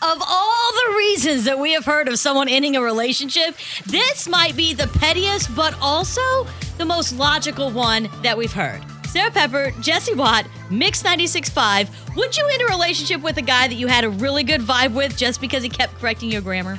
Of all the reasons that we have heard of someone ending a relationship, this might be the pettiest, but also the most logical one that we've heard. Sarah Pepper, Jesse Watt, Mix 96.5. Would you end a relationship with a guy that you had a really good vibe with just because he kept correcting your grammar?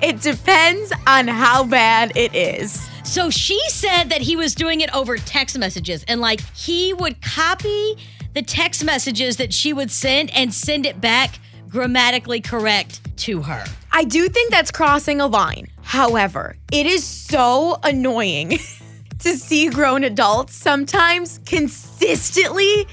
It depends on how bad it is. So she said that he was doing it over text messages and like he would copy the text messages that she would send and send it back grammatically correct to her. I do think that's crossing a line. However, it is so annoying to see grown adults sometimes consistently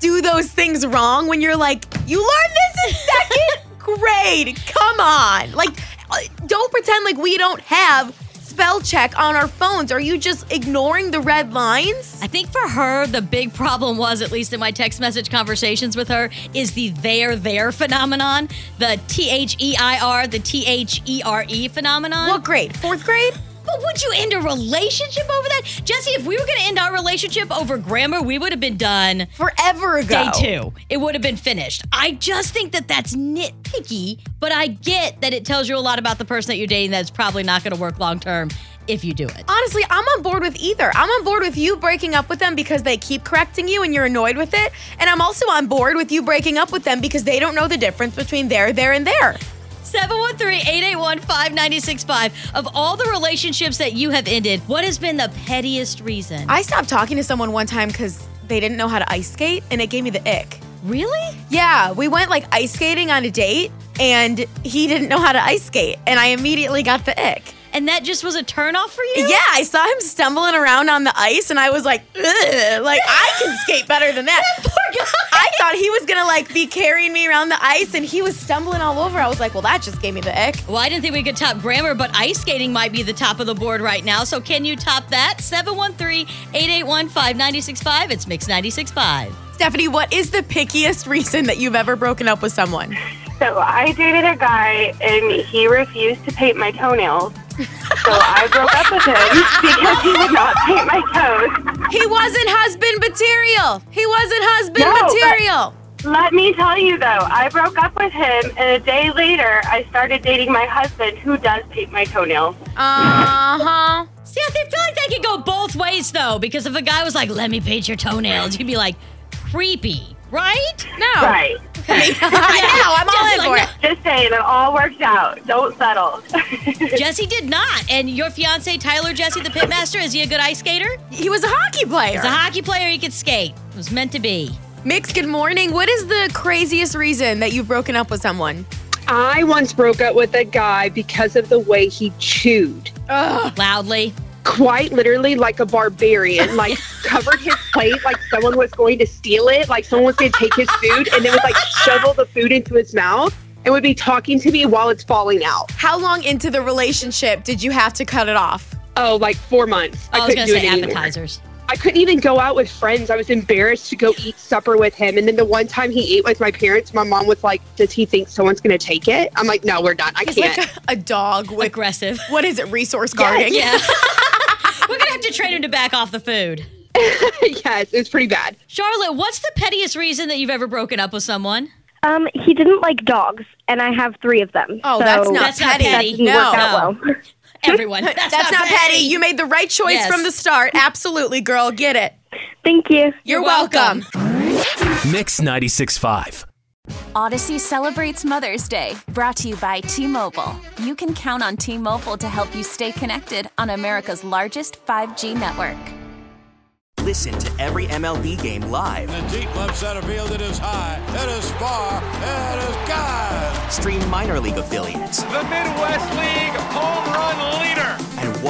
do those things wrong when you're like, you learned this in second grade. Come on. Like, uh, don't pretend like we don't have spell check on our phones. Are you just ignoring the red lines? I think for her, the big problem was, at least in my text message conversations with her, is the there there phenomenon, the T H E I R, the T H E R E phenomenon. What grade? Fourth grade? But would you end a relationship over that? Jesse, if we were going to end our relationship over grammar, we would have been done Forever day ago. two. It would have been finished. I just think that that's nitpicky, but I get that it tells you a lot about the person that you're dating that's probably not going to work long term if you do it. honestly, I'm on board with either. I'm on board with you breaking up with them because they keep correcting you and you're annoyed with it. And I'm also on board with you breaking up with them because they don't know the difference between there, there, and there. 713-881-5965. Of all the relationships that you have ended, what has been the pettiest reason? I stopped talking to someone one time because they didn't know how to ice skate and it gave me the ick. really? Yeah, we went like ice skating on a date and he didn't know how to ice skate and I immediately got the ick. And that just was a turnoff for you? Yeah, I saw him stumbling around on the ice and I was like, Ugh, like I can skate better than that. I thought he was gonna like be carrying me around the ice and he was stumbling all over. I was like, well, that just gave me the ick. Well, I didn't think we could top grammar, but ice skating might be the top of the board right now. So can you top that? 713-881-5965. It's Mix 96.5. Stephanie, what is the pickiest reason that you've ever broken up with someone? So I dated a guy and he refused to paint my toenails. So I broke up with him because he would not paint my toes. He wasn't husband material. He wasn't husband No, but- material. Let me tell you though, I broke up with him and a day later I started dating my husband who does paint my toenails. Uh huh. See, I think- feel like that could go both ways though, because if a guy was like, let me paint your toenails, you'd be like, creepy, right? No. Right. I know. I'm all in Just for like, it. Just saying, it all works out. Don't settle. Jesse did not. And your fiance, Tyler Jesse, the pitmaster, is he a good ice skater? He was a hockey player. He's a hockey player. He could skate. It was meant to be. Mix, good morning. What is the craziest reason that you've broken up with someone? I once broke up with a guy because of the way he chewed. Loudly. Quite literally like a barbarian, like covered his plate like someone was going to steal it, like someone was going to take his food and then would like shovel the food into his mouth and would be talking to me while it's falling out. How long into the relationship did you have to cut it off? Oh, like four months. I, was couldn't going do to say it anymore. appetizers. I couldn't even go out with friends. I was embarrassed to go eat supper with him. And then the one time he ate with my parents, my mom was like, Does he think someone's going to take it? I'm like, No, we're not. I It's can't. like a, a dog with Aggressive. what is it? Resource guarding. Yeah. We're going to have to train him to back off the food. yes, it was pretty bad. Charlotte, what's the pettiest reason that you've ever broken up with someone? Um, he didn't like dogs, and I have three of them. Oh, So that's not That's not petty. petty. didn't No, work out well. Everyone. That's, that's not petty. You made the right choice Yes. from the start. Absolutely, girl. Get it. Thank you. You're, You're welcome. Mix 96.5. Odyssey celebrates Mother's Day, brought to you by T Mobile. You can count on T Mobile to help you stay connected on America's largest 5G network. Listen to every MLB game live. In the deep left center field, it is high, it is far, it is God. Stream minor league affiliates The Midwest League home run leader. and